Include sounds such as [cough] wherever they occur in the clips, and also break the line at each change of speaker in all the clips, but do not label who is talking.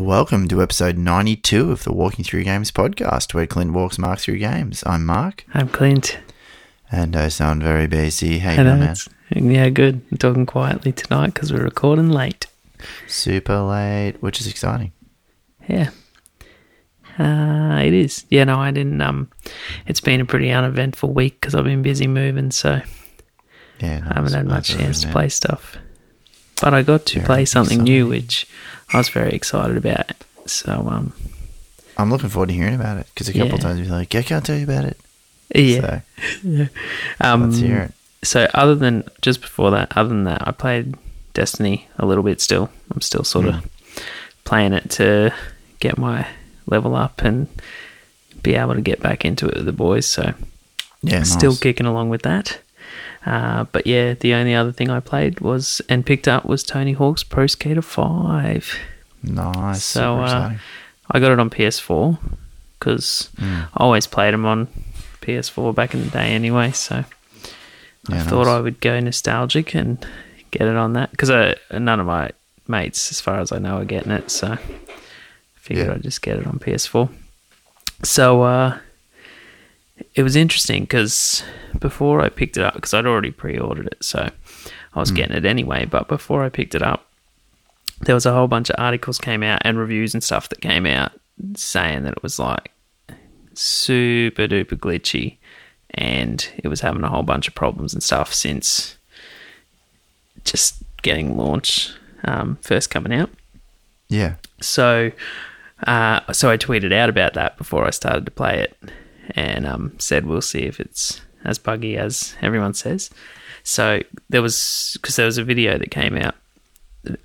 Welcome to episode 92 of the Walking Through Games podcast, where Clint walks Mark through games. I'm Mark,
I'm Clint.
and I sound very busy. Hey, my man.
it's- yeah, good. I'm talking quietly tonight because we're recording late.
Super late, which is exciting.
Yeah. Uh, it is. Yeah, no, I didn't. Um, It's been a pretty uneventful week because I've been busy moving, so
Yeah, no,
I haven't
it's-
had much
that's
chance to
really
play stuff. But I got to
Very
play something
exciting.
new, which I was very excited about. So, um,
bad. I'm looking forward to hearing about it because a couple
Yeah.
times you're like, I can't tell you about it.
yeah.
So
um,
let's hear it.
so other than just before that, other than that, I played Destiny a little bit still. I'm still sort of playing it to get my level up and be able to get back into it with the boys. So
Yeah,
still
nice.
kicking along with that. Uh, but yeah, the only other thing I played was and picked up was Tony Hawk's Pro Skater 5.
Nice.
So
super
uh,
exciting.
I got it on PS4 because
Mm.
I always played them on PS4 back in the day anyway. So I
Yeah,
thought
nice.
I would go nostalgic and get it on that because none of my mates, as far as I know, are getting it. So I figured
Yeah.
I'd just get it on PS4. So uh, it was interesting because before I picked it up, because I'd already pre ordered it. So I was getting it anyway. But before I picked it up, there was a whole bunch of articles came out and reviews and stuff that came out saying that it was like super duper glitchy and it was having a whole bunch of problems and stuff since just getting launched um, first coming out
yeah,
so uh, so I tweeted out about that before I started to play it and um, said we'll see if it's as buggy as everyone says so there was because there was a video that came out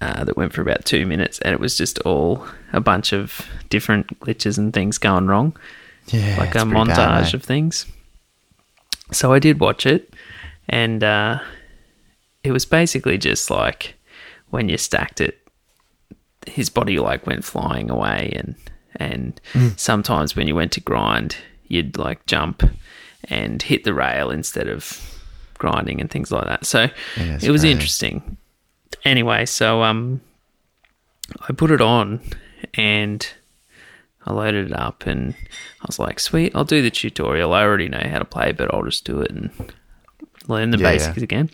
uh, that went for about two minutes and it was just all a bunch of different glitches and things going wrong
yeah,
like a
it's pretty
montage
bad, mate.
of things. So I did watch it, and uh, it was basically just like when you stacked it, his body like went flying away, and and
Hmm.
sometimes when you went to grind, you'd like jump and hit the rail instead of grinding and things like that. So
Yeah, it's
it was
crazy.
interesting. Anyway, so um, I put it on and I loaded it up and I was like, sweet, I'll do the tutorial. I already know how to play, but I'll just do it and learn the
Yeah, yeah.
basics again.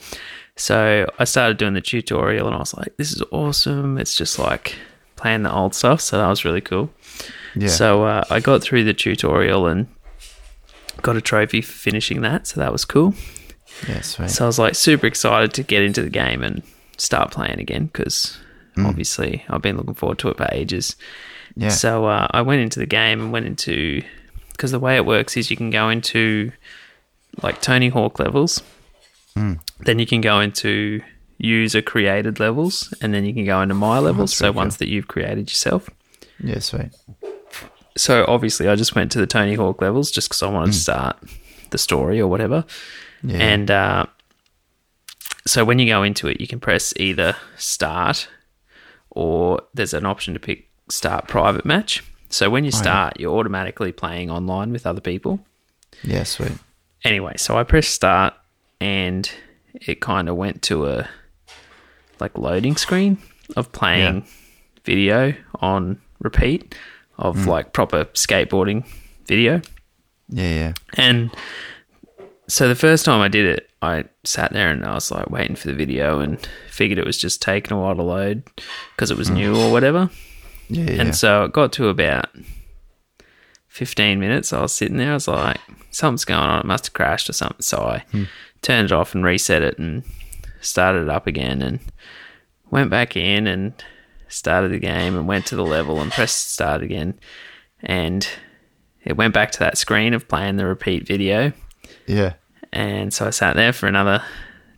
So I started doing the tutorial and I was like, this is awesome. It's just like playing the old stuff. So that was really cool.
Yeah.
So uh, I got through the tutorial and got a trophy for finishing that. So that was cool.
yeah, sweet.
So I was like super excited to get into the game and start playing again because obviously I've been looking forward to it for ages.
yeah,
So uh, I went into the game and went into because the way it works is you can go into like Tony Hawk levels, then you can go into user created levels, and then you can go into my levels. So ones that you've created yourself.
yeah, sweet.
So obviously, I just went to the Tony Hawk levels just because I wanted to start the story or whatever.
Yeah.
And uh, so when you go into it, you can press either start or there's an option to pick start private match. So when you start, you're automatically playing online with other people.
yeah, sweet.
Anyway, so I pressed start and it kind of went to a like loading screen of playing video on repeat of like proper skateboarding video.
Yeah, yeah,
And so the first time I did it, I sat there and I was like waiting for the video and figured it was just taking a while to load because it was new or whatever.
yeah, yeah.
And so it got to about 15 minutes. I was sitting there. I was like, something's going on. It must have crashed or something. So I turned it off and reset it and started it up again and went back in and started the game and went to the level and pressed start again. And it went back to that screen of playing the repeat video.
yeah.
And so I sat there for another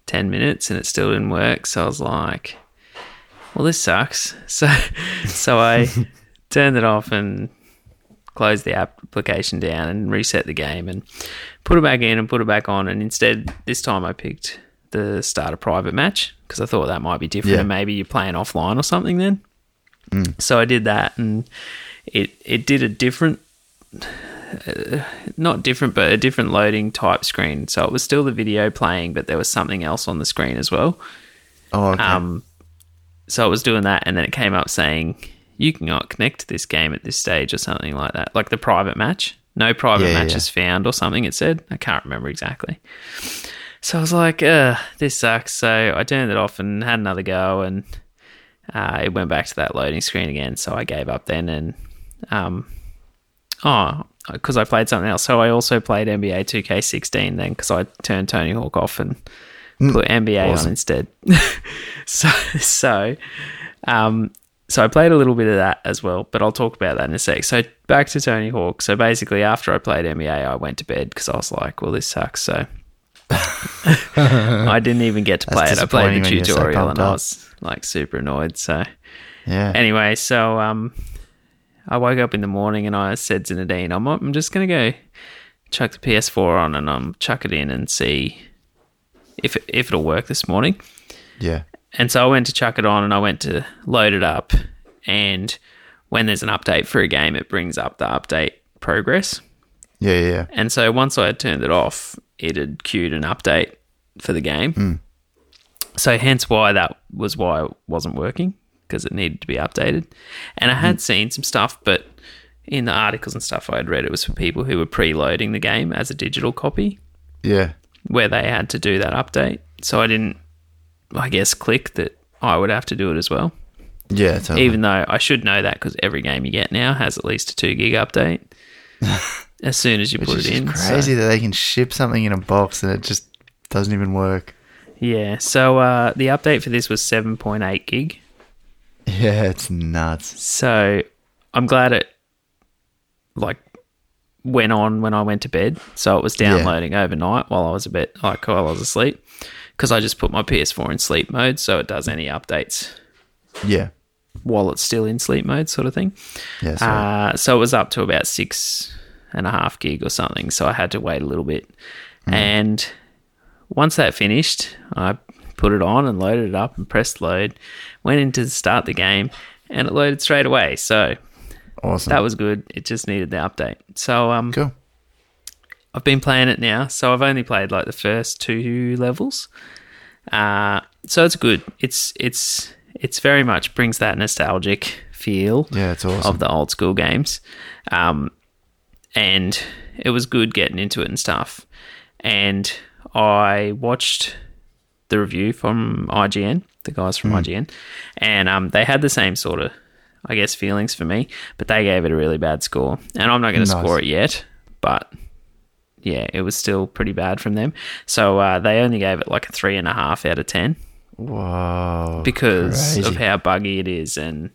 10 minutes and it still didn't work. So I was like, well, this sucks. [laughs] So, so I turned it off and closed the application down and reset the game and put it back in and put it back on. And instead, this time I picked the start a private match because I thought that might be different
Yeah.
and maybe you're playing offline or something then. So I did that and it, it did a different uh, not different, but a different loading type screen. So it was still the video playing, but there was something else on the screen as well.
Oh, okay.
Um, so it was doing that, and then it came up saying you cannot connect to this game at this stage or something like that. Like the private match, no private
Yeah, yeah,
matches found or something. It said I can't remember exactly. So I was like, Ugh, this sucks. So I turned it off and had another go, and uh, it went back to that loading screen again. So I gave up then, and um, Oh, because I played something else. So I also played NBA 2K16 then because I turned Tony Hawk off and
Mm.
put NBA on instead. [laughs] so, so, um, so I played a little bit of that as well, but I'll talk about that in a sec. So back to Tony Hawk. So basically, after I played NBA, I went to bed because I was like, "Well, this sucks."
[laughs]
So I didn't even get to play it. I played
disappointing
the
when you're so
tutorial
pumped
and I
up.
was like super annoyed. So
Yeah.
anyway, so um, I woke up in the morning and I said to Nadine, I'm, I'm just going to go chuck the PS4 on and um, chuck it in and see if, it- if it'll work this morning.
yeah.
And so I went to chuck it on and I went to load it up. And when there's an update for a game, it brings up the update progress.
Yeah. Yeah.
And so once I had turned it off, it had queued an update for the game. So hence why that was why it wasn't working because it needed to be updated. And I had seen some stuff, but in the articles and stuff I had read, it was for people who were preloading the game as a digital copy
Yeah.
where they had to do that update. So I didn't, I guess, click that I would have to do it as well.
Yeah. Totally.
Even though I should know that because every game you get now has at least a two gig update as soon as you put
It's
it
just
in. so-
crazy that they can ship something in a box and it just doesn't even work.
Yeah. So uh, the update for this was 7.8 gig.
Yeah, it's nuts.
So I'm glad it like went on when I went to bed. So it was downloading overnight while I was a bit like while I was asleep because I just put my PS4 in sleep mode, so it does any updates
Yeah.
while it's still in sleep mode, sort of thing.
Yeah. So
Uh, so it was up to about six and a half gig or something. So I had to wait a little bit. And once that finished, I put it on and loaded it up and pressed load, went in to start the game, and it loaded straight away. So
awesome.
that was good. It just needed the update. So um,
cool.
I've been playing it now, so I've only played like the first two levels. Uh, so it's good. It's it's it's very much brings that nostalgic feel
Yeah, it's awesome.
of the old school games. Um, and it was good getting into it and stuff. And I watched the review from IGN, the guys
Hmm.
from IGN, and um, they had the same sort of, I guess, feelings for me, but they gave it a really bad score. And I'm not going
Nice.
to score it yet, but yeah, it was still pretty bad from them. So uh, they only gave it like a three and a half out of ten
Whoa.
because of
Crazy.
how buggy it is and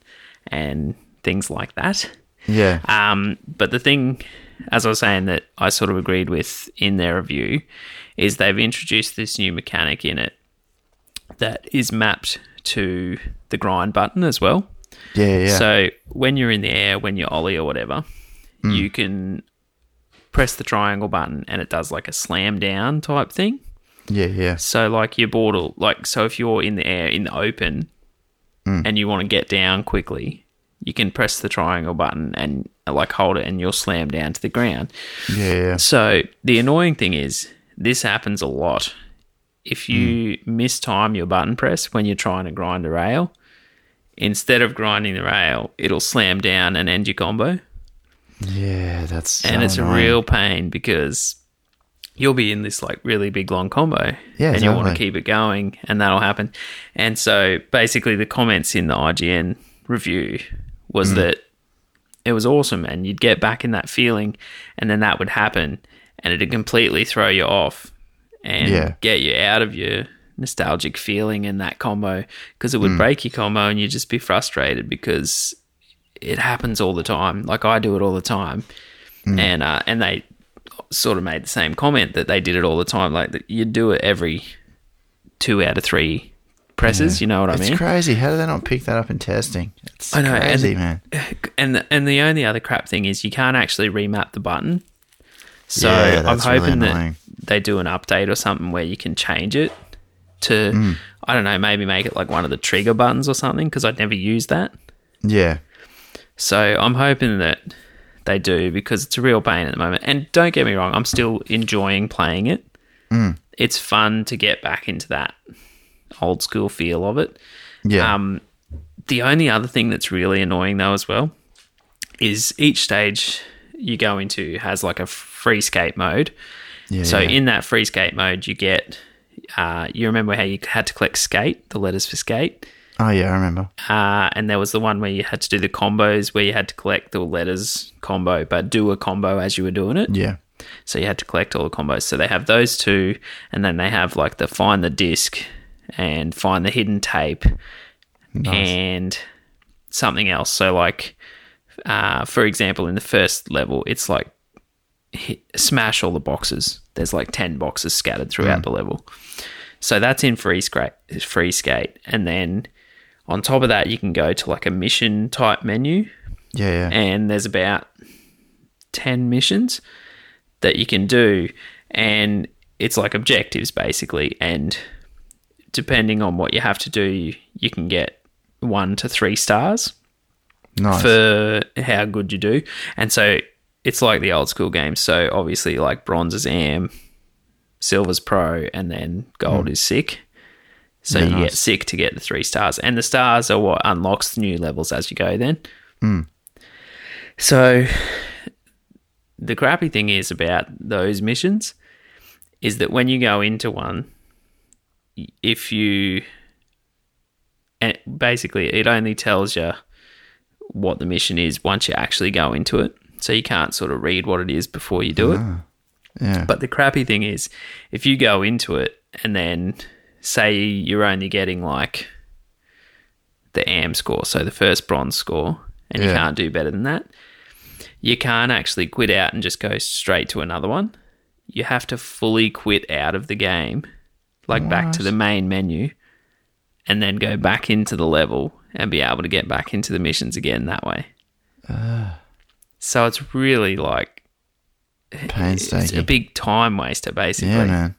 and things like that.
yeah.
Um, but the thing, as I was saying, that I sort of agreed with in their review is they've introduced this new mechanic in it that is mapped to the grind button as well.
Yeah. Yeah.
So when you're in the air, when you're ollie or whatever, you can press the triangle button and it does like a slam down type thing.
yeah. Yeah.
So like your board will like so if you're in the air in the open and you want to get down quickly, you can press the triangle button and uh, like hold it and you'll slam down to the ground.
Yeah. Yeah.
So the annoying thing is this happens a lot. If you mistime your button press when you're trying to grind a rail, instead of grinding the rail, it'll slam down and end your combo
Yeah. That's so
and it's a
annoying.
real pain because you'll be in this like really big long combo
Yeah,
and you want to
exactly.
keep it going and that'll happen and so basically the comments in the ign review was
Mm.
that it was awesome and you'd get back in that feeling and then that would happen and it'd completely throw you off and
Yeah.
get you out of your nostalgic feeling in that combo because it would break your combo and you'd just be frustrated because it happens all the time like i do it all the time and uh, and they sort of made the same comment that they did it all the time like that you do it every two out of three presses you know what i
It's
mean
crazy. How do they not pick that up in testing? It's
I know, and-
crazy, man.
and the, and the only other crap thing is you can't actually remap the button. So
Yeah,
I'm
that's really
hoping that
annoying.
they do an update or something where you can change it to
Hmm.
I don't know, maybe make it like one of the trigger buttons or something because I'd never used that.
Yeah.
So I'm hoping that they do because it's a real pain at the moment. And don't get me wrong, I'm still enjoying playing it.
Hmm.
It's fun to get back into that old school feel of it.
Yeah.
Um, The only other thing that's really annoying though, as well, is each stage you go into has like a free skate mode.
Yeah,
so
yeah.
in that free skate mode, you get. Uh, you remember how you had to collect skate, the letters for skate,
oh yeah, I remember.
uh, and there was the one where you had to do the combos, where you had to collect the letters combo, but do a combo as you were doing it.
Yeah,
So you had to collect all the combos. So they have those two, and then they have like the find the disc and find the hidden tape and something else. So, like, uh, for example, in the first level, it's like hit, smash all the boxes. There's like 10 boxes scattered throughout the level. So that's in free skate, free skate. And then on top of that, you can go to like a mission type menu
yeah, yeah.
and there's about 10 missions that you can do and it's like objectives basically and depending on what you have to do you can get 1 to 3 stars
nice.
for how good you do and so it's like the old school games so obviously like bronze is am silver's pro and then gold is sick so
Yeah,
you get
Hmm. nice.
sick to get the 3 stars and the stars are what unlocks new levels as you go then
Hmm.
so the crappy thing is about those missions is that when you go into one, y- if you and basically it only tells you what the mission is once you actually go into it. So you can't sort of read what it is before you do it.
yeah,
But the crappy thing is if you go into it and then say you're only getting like the AM score, so the first bronze score, and you
Yeah.
can't do better than that, you can't actually quit out and just go straight to another one. You have to fully quit out of the game, like back to the main menu, and then go back into the level and be able to get back into the missions again that way.
Ah.
so it's really like it's a
painstaking.
big time waster, basically.
Yeah, man.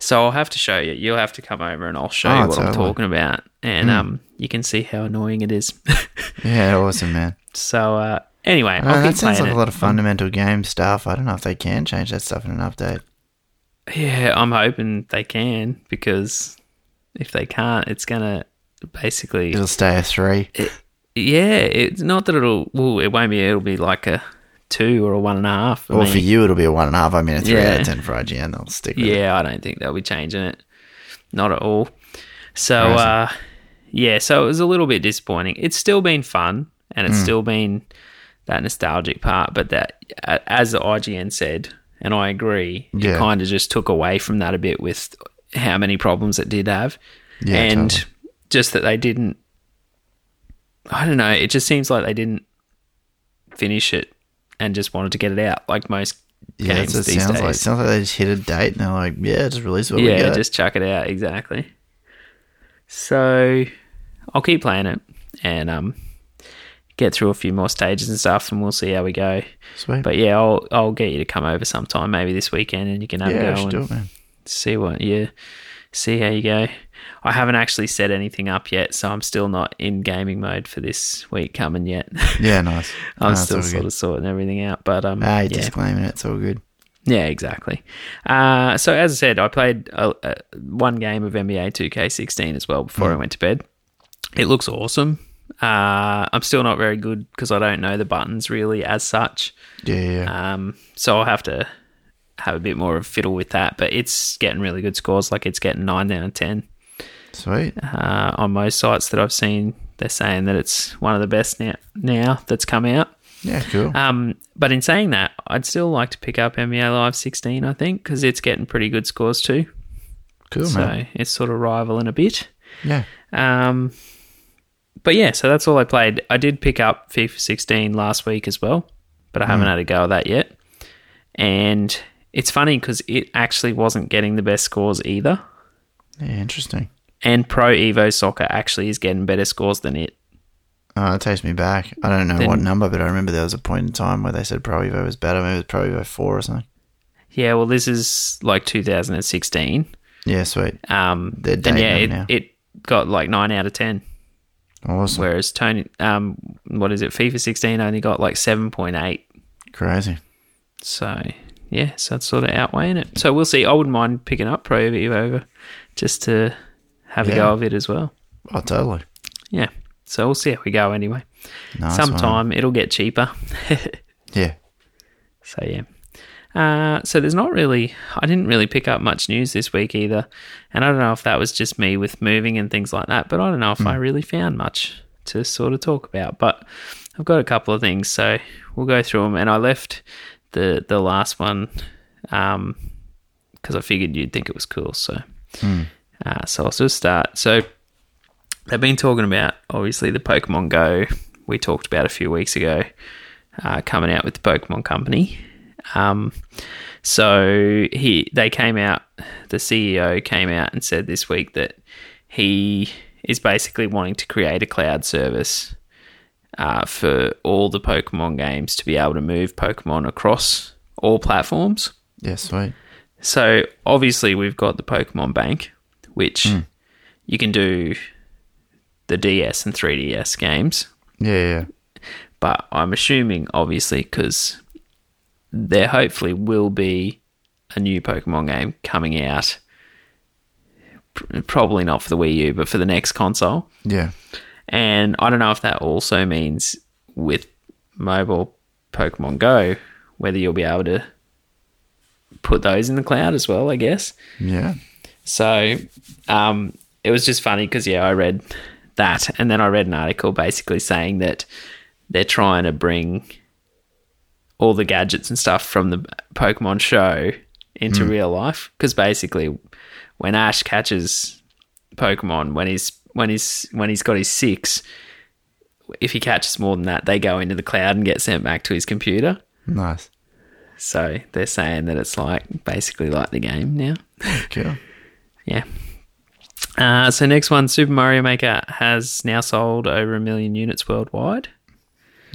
So I'll have to show you. You'll have to come over and I'll show
Oh, Hmm.
you what I'm
totally.
talking about, and um, you can see how annoying it is. [laughs]
Yeah, awesome, man.
so uh, anyway,
Uh,
I'll keep
that sounds
playing
like
it.
a lot of fundamental game stuff. I don't know if they can change that stuff in an update.
Yeah, I'm hoping they can because if they can't, it's gonna basically.
It'll stay a three.
yeah, it's not that it'll. Well, it won't be. It'll be like a two or a one and a half. I
Well,
mean,
for you, it'll be a one and a half. I mean, a three out
Yeah.
of ten for IGN. They'll stick with it.
Yeah, I don't think they'll be changing it. Not at all. So,
Amazing.
uh, yeah, so it was a little bit disappointing. It's still been fun and
Hmm.
it's still been that nostalgic part, but that, a- as the IGN said, and I agree,
Yeah.
it kind of just took away from that a bit with how many problems it did have.
Yeah,
and
totally.
just that they didn't, I don't know, it just seems like they didn't finish it and just wanted to get it out like most
Yeah,
games
that's what it
these
sounds
days.
like. It sounds like they just hit a date and they're like, yeah, just release what we
Yeah,
got.
just chuck it out exactly. So I'll keep playing it and um, get through a few more stages and stuff, and we'll see how we go.
Sweet.
But yeah, I'll I'll get you to come over sometime, maybe this weekend, and you can have
yeah, we
a go
should
and
do it, man.
see what yeah, see how you go. I haven't actually set anything up yet, so I'm still not in gaming mode for this week coming yet. [laughs]
Yeah, nice.
I'm
No, it's
still
all
sort
good.
of sorting everything out, but um,
Ah, you're
yeah.
disclaiming it. It's all good.
Yeah, exactly. Uh, so as I said, I played uh uh one game of NBA 2K16 as well before I went to bed. It looks awesome. Uh, I'm still not very good because I don't know the buttons really as such.
Yeah, yeah, yeah.
Um, so I'll have to have a bit more of a fiddle with that. But it's getting really good scores. Like it's getting nine out of ten
Sweet.
uh, on most sites that I've seen. They're saying that it's one of the best now now that's come out.
Yeah, cool.
Um, but in saying that, I'd still like to pick up NBA Live 16, I think, because it's getting pretty good scores too.
cool, Oh, man.
So it's sort of rivaling a bit.
Yeah.
Um, but yeah, so that's all I played. I did pick up FIFA 16 last week as well, but I haven't
Mm.
had a go at that yet. And it's funny because it actually wasn't getting the best scores either.
Yeah, interesting.
And Pro Evo Soccer actually is getting better scores than it.
Oh, that takes me back. I don't know
Then-
what number, but I remember there was a point in time where they said Pro Evo was better. Maybe it was Pro Evo 4 or something.
Yeah, well, this is like 2016.
Yeah, sweet.
Um,
They're
and
dating
yeah,
them
it,
now.
it got like nine out of ten.
Awesome.
Whereas Tony, um, what is it? FIFA 16 only got like 7.8.
Crazy.
So yeah, so that's sort of outweighing it. So we'll see. I wouldn't mind picking up Pro Evo over just to have a
Yeah.
go of it as well.
Oh, totally.
Yeah. So we'll see how we go anyway.
Nice one.
Sometime it'll get cheaper.
Yeah.
So yeah. Uh, so there's not really, I didn't really pick up much news this week either, and I don't know if that was just me with moving and things like that, but I don't know if I really found much to sort of talk about. But I've got a couple of things, so we'll go through them. And I left the the last one because I figured you'd think it was cool, so uh, so I'll just start. So they've been talking about obviously the Pokemon Go we talked about a few weeks ago uh, coming out with the Pokemon Company. Um, so he they came out, the CEO came out and said this week that he is basically wanting to create a cloud service uh, for all the Pokemon games to be able to move Pokemon across all platforms.
Yeah, sweet.
So obviously we've got the Pokemon Bank, which you can do the DS and 3DS games,
Yeah, yeah.
but I'm assuming obviously because there hopefully will be a new Pokemon game coming out. Pr- Probably not for the Wii U, but for the next console.
Yeah.
And I don't know if that also means with mobile Pokemon Go, whether you'll be able to put those in the cloud as well, I guess.
Yeah.
So um, it was just funny because, yeah, I read that. And then I read an article basically saying that they're trying to bring all the gadgets and stuff from the Pokemon show into real life. Because basically, when Ash catches Pokemon, when he's when he's when he's got his six, if he catches more than that, they go into the cloud and get sent back to his computer.
Nice.
So they're saying that it's like basically like the game now.
Cool.
Yeah. Uh, so next one, Super Mario Maker has now sold over a million units worldwide,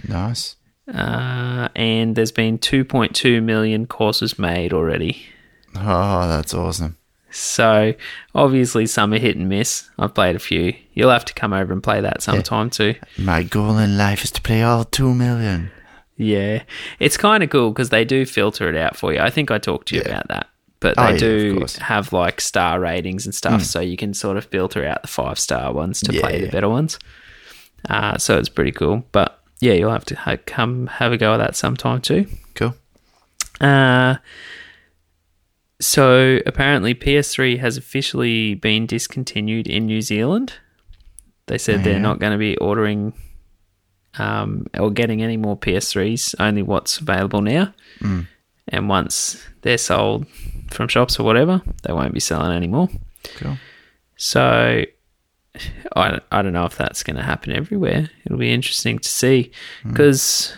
Nice.
uh, and there's been 2.2 million courses made already.
Oh, that's awesome.
So obviously, some are hit and miss. I've played a few. You'll have to come over and play that sometime too.
My goal in life is to play all two million.
Yeah, it's kind of cool because they do filter it out for you. I think I talked to you about that, but they
Oh, yeah, of
do
course. Hmm.
have like star ratings and stuff, so you can sort of filter out the five star ones to play the
Yeah.
better ones. Uh, so it's pretty cool. But yeah, you'll have to ha- come have a go at that sometime too.
Cool.
Uh, so apparently, PS3 has officially been discontinued in New Zealand. They said they're
Yeah.
not going to be ordering um, or getting any more PS3s, only what's available now. And once they're sold from shops or whatever, they won't be selling anymore.
Cool.
So I don't, I don't know if that's going to happen everywhere. It'll be interesting to see because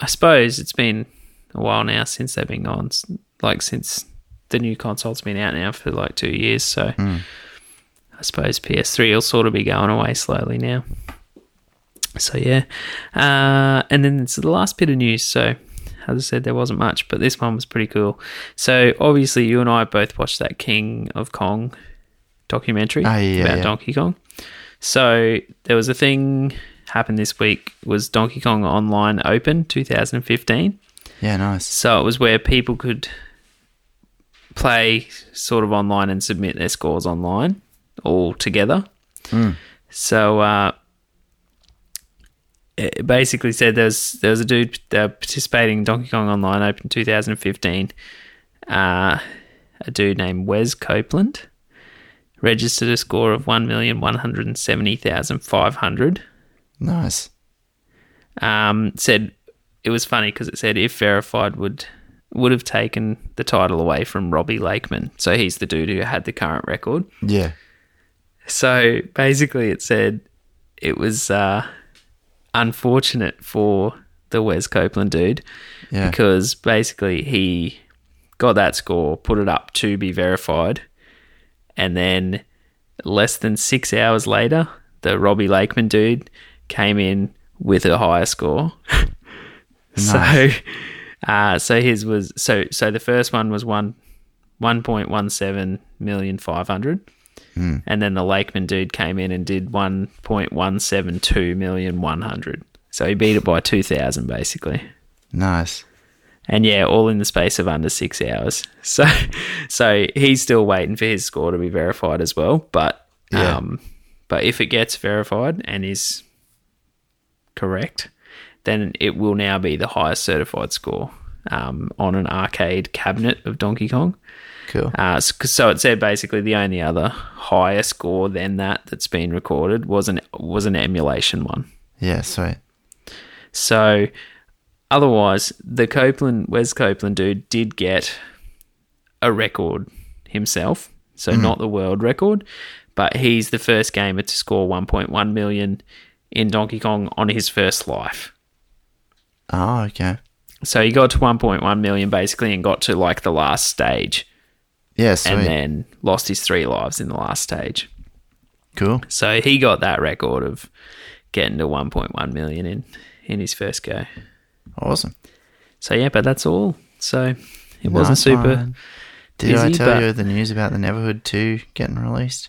I suppose it's been a while now since they've been gone, s- like since the new console's been out now for like two years. So I suppose PS3 will sort of be going away slowly now. So yeah, uh, and then it's the last bit of news. So as I said, there wasn't much, but this one was pretty cool. So obviously, you and I both watched that King of Kong documentary
Ah, yeah,
about
yeah.
Donkey Kong. So there was a thing happened this week was Donkey Kong Online Open 2015.
Yeah, nice.
So it was where people could play sort of online and submit their scores online all together. So uh, it basically said there's there was a dude uh, participating in Donkey Kong Online Open 2015. Uh, a dude named Wes Copeland registered a score of one million one hundred seventy thousand five hundred
Nice.
um, said it was funny because it said if verified would would have taken the title away from Robbie Lakeman. So he's the dude who had the current record.
Yeah.
So basically, it said it was uh, unfortunate for the Wes Copeland dude
Yeah.
because basically he got that score, put it up to be verified, and then less than six hours later, the Robbie Lakeman dude came in with a higher score. [laughs] So, uh, so his was so so the first one was one one point one seven million five hundred. And then the Lakeman dude came in and did one point one seven two million one hundred. So he beat it by two thousand, basically
Nice.
and yeah, all in the space of under six hours. So, [laughs] so he's still waiting for his score to be verified as well. But,
Yeah.
um, but if it gets verified and is correct, then it will now be the highest certified score um, on an arcade cabinet of Donkey Kong.
Cool.
Uh, s- so it said basically the only other higher score than that that's been recorded was an was an emulation one.
Yeah, sweet.
So otherwise, the Copeland Wes Copeland dude did get a record himself. So not the world record, but he's the first gamer to score 1.1 million in Donkey Kong on his first life.
Oh, okay.
So he got to 1.1 million basically and got to like the last stage
Yeah, sweet.
and then lost his three lives in the last stage.
cool.
So he got that record of getting to 1.1 million in in his first go.
Awesome.
So yeah, but that's all. So it wasn't
Nice
super.
one. Did I
busy,
tell
but-
you the news about the Neverhood 2 getting released?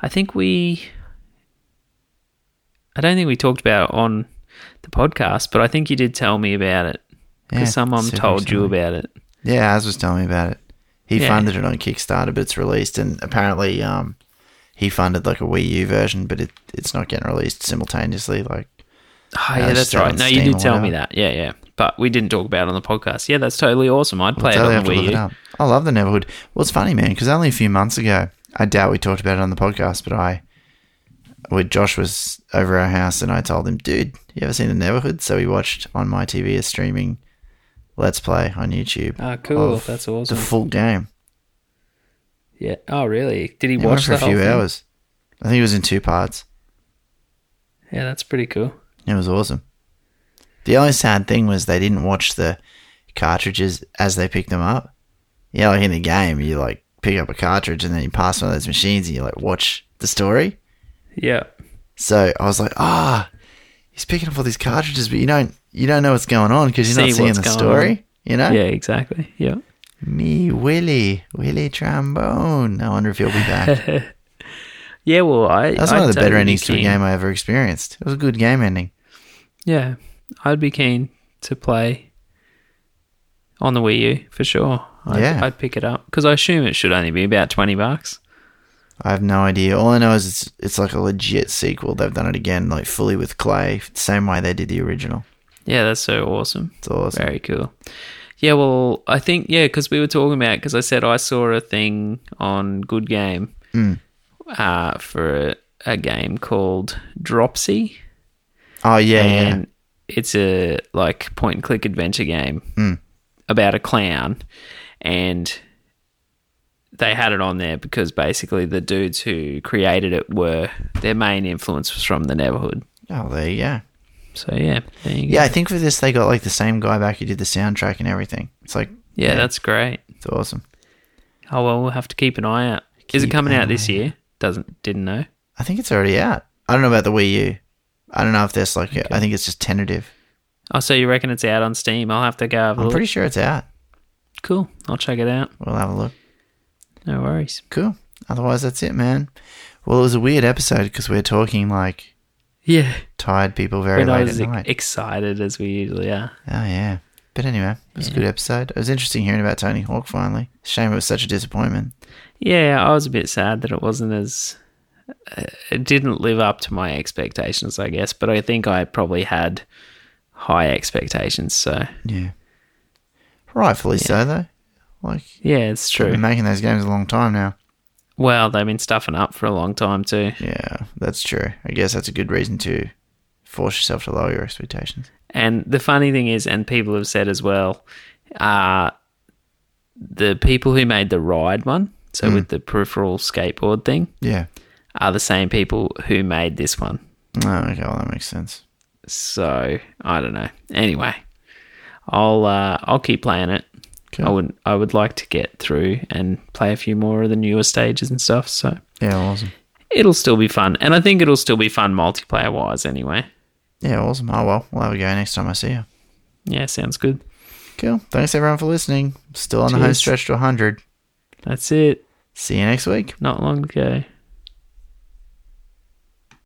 I think we. I don't think we talked about it on the podcast, but I think you did tell me about it because
Yeah,
someone
super
told you
exciting.
about it.
Yeah, Az was telling me about it. He
Yeah.
funded it on Kickstarter, but it's released, and apparently, um, he funded like a Wii U version, but it, it's not getting released simultaneously. Like,
Oh,
No,
yeah,
it's
that's
still
right.
on
No, you
Steam
did
or
tell me
whatever.
that. Yeah, yeah. But we didn't talk about it on the podcast. Yeah, that's totally awesome. I'd play
totally
it on
have
the
to look
Wii
it
U.
up. I love the Neverhood. Well, it's funny, man, because only a few months ago, I doubt we talked about it on the podcast, but I, well, Josh was over our house, and I told him, dude, you ever seen the Neverhood? So we watched on my TV a streaming Let's Play on YouTube.
Ah, cool.
of
That's
The
awesome.
full game.
yeah. Oh, really? Did he
It went
watch
for
the
a
whole
few
thing?
hours. I think it was in two parts.
Yeah, that's pretty cool.
It was awesome. The only sad thing was they didn't watch the cartridges as they picked them up. Yeah, like in the game, you like pick up a cartridge and then you pass one of those machines and you like watch the story.
Yeah.
So I was like, ah, he's picking up all these cartridges, but you don't you don't know what's going on because you're
See
not seeing
what's
the
going
story.
on.
You know,
Yeah, exactly. Yeah.
me Willie Willie Trombone. I wonder if he'll be
[laughs]
back.
Yeah, well, I.
That's
I'd
one of the better
totally be
endings to a
keen.
game I ever experienced. It was a good game ending.
Yeah, I'd be keen to play on the Wii U for sure. I'd,
Yeah.
I'd pick it up because I assume it should only be about twenty bucks.
I have no idea. All I know is it's it's like a legit sequel. They've done it again, like fully with clay, same way they did the original.
Yeah, that's so awesome.
It's awesome.
Very cool. Yeah, well, I think yeah, because we were talking about because I said I saw a thing on Good Game uh, for a, a game called Dropsy,
Oh yeah, yeah.
and it's a like point and click adventure game
Hmm.
about a clown, and they had it on there because basically the dudes who created it were their main influence was from the neighborhood.
Oh, there you go.
So yeah, there you go.
Yeah, I think for this they got like the same guy back who did the soundtrack and everything. It's like
yeah, that's great.
it's awesome.
Oh well, we'll have to keep an eye out. Is it
Keep
coming
an
out this year? Doesn't didn't know.
I think it's already out. I don't know about the Wii U. I don't know if there's like a, I think it's just tentative.
Oh, so you reckon it's out on Steam? I'll have to go have a
I'm
look.
pretty sure it's out.
Cool. I'll check it out.
We'll have a look.
No worries.
Cool. Otherwise, that's it, man. Well, it was a weird episode because we're talking like
Yeah.
tired people very
When I
late at
was
night.
ex- excited as we usually are.
Oh yeah. But anyway, it was a good episode. It was interesting hearing about Tony Hawk finally. Shame it was such a disappointment.
Yeah, I was a bit sad that it wasn't as. uh, It didn't live up to my expectations, I guess, but I think I probably had high expectations. So,
Yeah. Rightfully so though. Like
yeah, it's
they've
true.
been making those games a long time now.
Well, they've been stuffing up for a long time, too.
Yeah, that's true. I guess that's a good reason to force yourself to lower your expectations.
And the funny thing is, and people have said as well, uh, the people who made the ride one, so with the peripheral skateboard thing,
Yeah.
are the same people who made this one.
Oh, okay, well that makes sense.
So I don't know. Anyway, I'll uh, I'll keep playing it.
Cool.
I would I would like to get through and play a few more of the newer stages and stuff. So
Yeah, awesome.
it'll still be fun, and I think it'll still be fun multiplayer wise. Anyway,
Yeah, awesome. Oh well, we'll have a go next time I see you.
yeah, sounds good.
Cool. Thanks everyone for listening. Still on the
Cheers.
home stretch to 100.
That's it.
See you next week.
Not long to go.